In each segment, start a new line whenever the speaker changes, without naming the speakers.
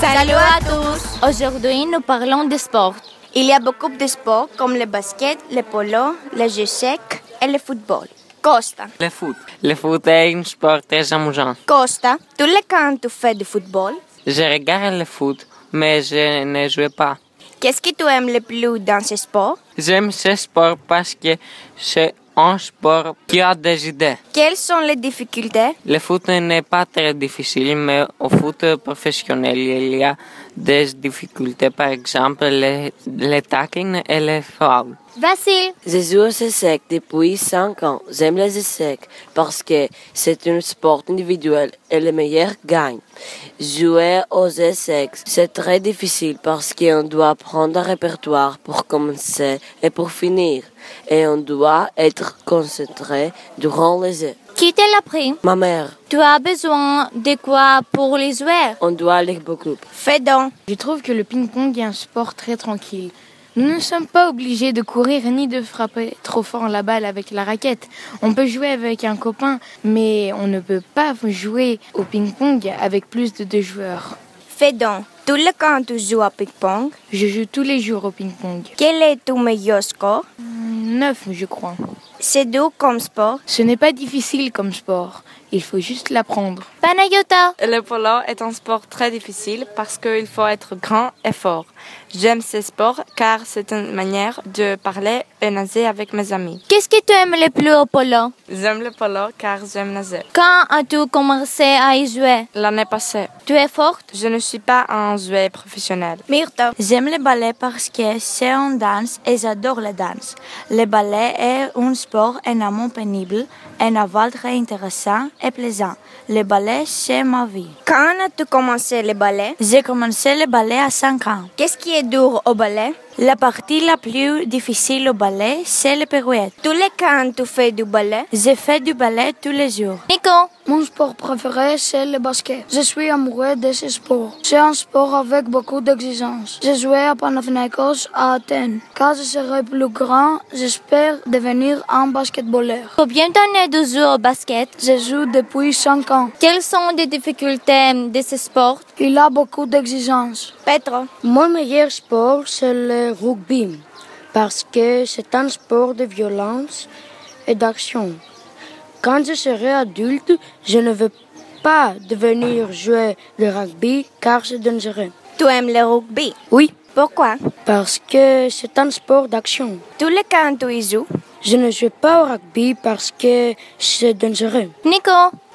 Salut à tous
Aujourd'hui, nous parlons de sport.
Il y a beaucoup de sports comme le basket, le polo, le jeu sec et le football. Costa,
Le foot. Le foot est un sport très amusant.
Costa, tous les quand tu fais du football,
Je regarde le foot, mais je ne joue pas.
qu'est-ce que tu aimes le plus dans ce sport
J'aime ce sport parce que c'est un sport qui a des idées.
Quelles sont les difficultés
Le foot n'est pas très difficile, mais au foot professionnel, il y a des difficultés, par exemple les, les tacklings et les fouls.
Vassil,
Je joue aux échecs depuis 5 ans. J'aime les échecs parce que c'est un sport individuel et le meilleur gagne. Jouer aux échecs, c'est très difficile parce qu'on doit prendre un répertoire pour commencer et pour finir. Et on doit être concentré durant les jeux.
qui te l'a pris
Ma mère,
Tu as besoin de quoi pour les jouer
on doit lire beaucoup.
Fais donc,
Je trouve que le ping-pong est un sport très tranquille. Nous ne sommes pas obligés de courir ni de frapper trop fort la balle avec la raquette. On peut jouer avec un copain, mais on ne peut pas jouer au ping-pong avec plus de deux joueurs.
fais donc. Tous les quand tu joues à ping-pong,
Je joue tous les jours au ping-pong.
quel est ton meilleur score
Neuf, je crois.
C'est doux comme sport.
Ce n'est pas difficile comme sport. Il faut juste l'apprendre.
Panayota,
Le polo est un sport très difficile parce qu'il faut être grand et fort. J'aime ce sport car c'est une manière de parler et nager avec mes amis.
qu'est-ce que tu aimes le plus au polo
J'aime le polo car j'aime nager.
Quand as-tu commencé à y jouer
L'année passée,
Tu es forte
je ne suis pas un joueur professionnel.
Myrta,
J'aime le ballet parce que c'est une danse et j'adore la danse. Le ballet est un sport en amont pénible, un aval très intéressant et plaisant. Le ballet, c'est ma vie.
quand as-tu commencé le ballet
J'ai commencé le ballet à 5 ans.
Qu'est-ce qui est dur au ballet
La partie la plus difficile au ballet, c'est les pirouettes.
Tous les quand tu fais du ballet,
J'ai fait du ballet tous les jours.
Nico,
Mon sport préféré, c'est le basket. Je suis amoureux de ce sport. C'est un sport avec beaucoup d'exigences. J'ai joué à Panathinaikos à Athènes. Quand je serai plus grand, j'espère devenir un basketballeur.
combien d'années tu joues au basket
Je joue depuis 5 ans.
Quelles sont les difficultés de ce sport
Il a beaucoup d'exigences.
Petro,
Mon meilleur sport, c'est le rugby, parce que c'est un sport de violence et d'action. Quand je serai adulte, je ne veux pas devenir joueur de rugby car c'est dangereux.
tu aimes le rugby
Oui,
Pourquoi
parce que c'est un sport d'action.
Tous les quand tu y joues,
Je ne joue pas au rugby parce que c'est dangereux.
Nico,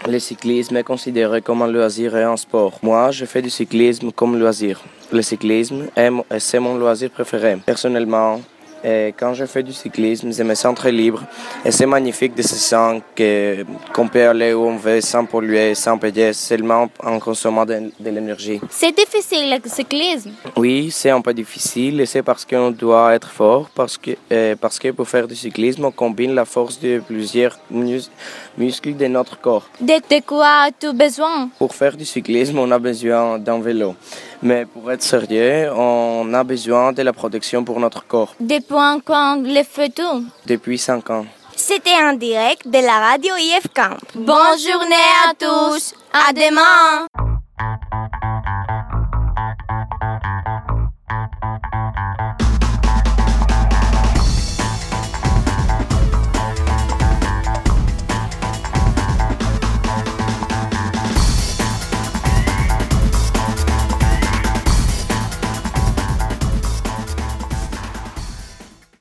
Le cyclisme est considéré comme un loisir et un sport. Moi, je fais du cyclisme comme loisir. Le cyclisme, est mon- c'est mon loisir préféré. Personnellement, euh, quand je fais du cyclisme, je me sens très libre et c'est magnifique de se sentir que- qu'on peut aller où on veut sans polluer, sans payer, seulement en consommant de- de l'énergie.
c'est difficile le cyclisme.
Oui, c'est un peu difficile et c'est parce qu'on doit être fort, parce que, euh, parce que pour faire du cyclisme, on combine la force de plusieurs mus- muscles de notre corps.
De, de quoi as-tu besoin
Pour faire du cyclisme, on a besoin d'un vélo. Mais pour être sérieux, on a besoin de la protection pour notre corps
Depuis quand le fais-tu
depuis 5 ans.
c'était en direct de la radio IF Camp.
Bonne journée à tous. À demain.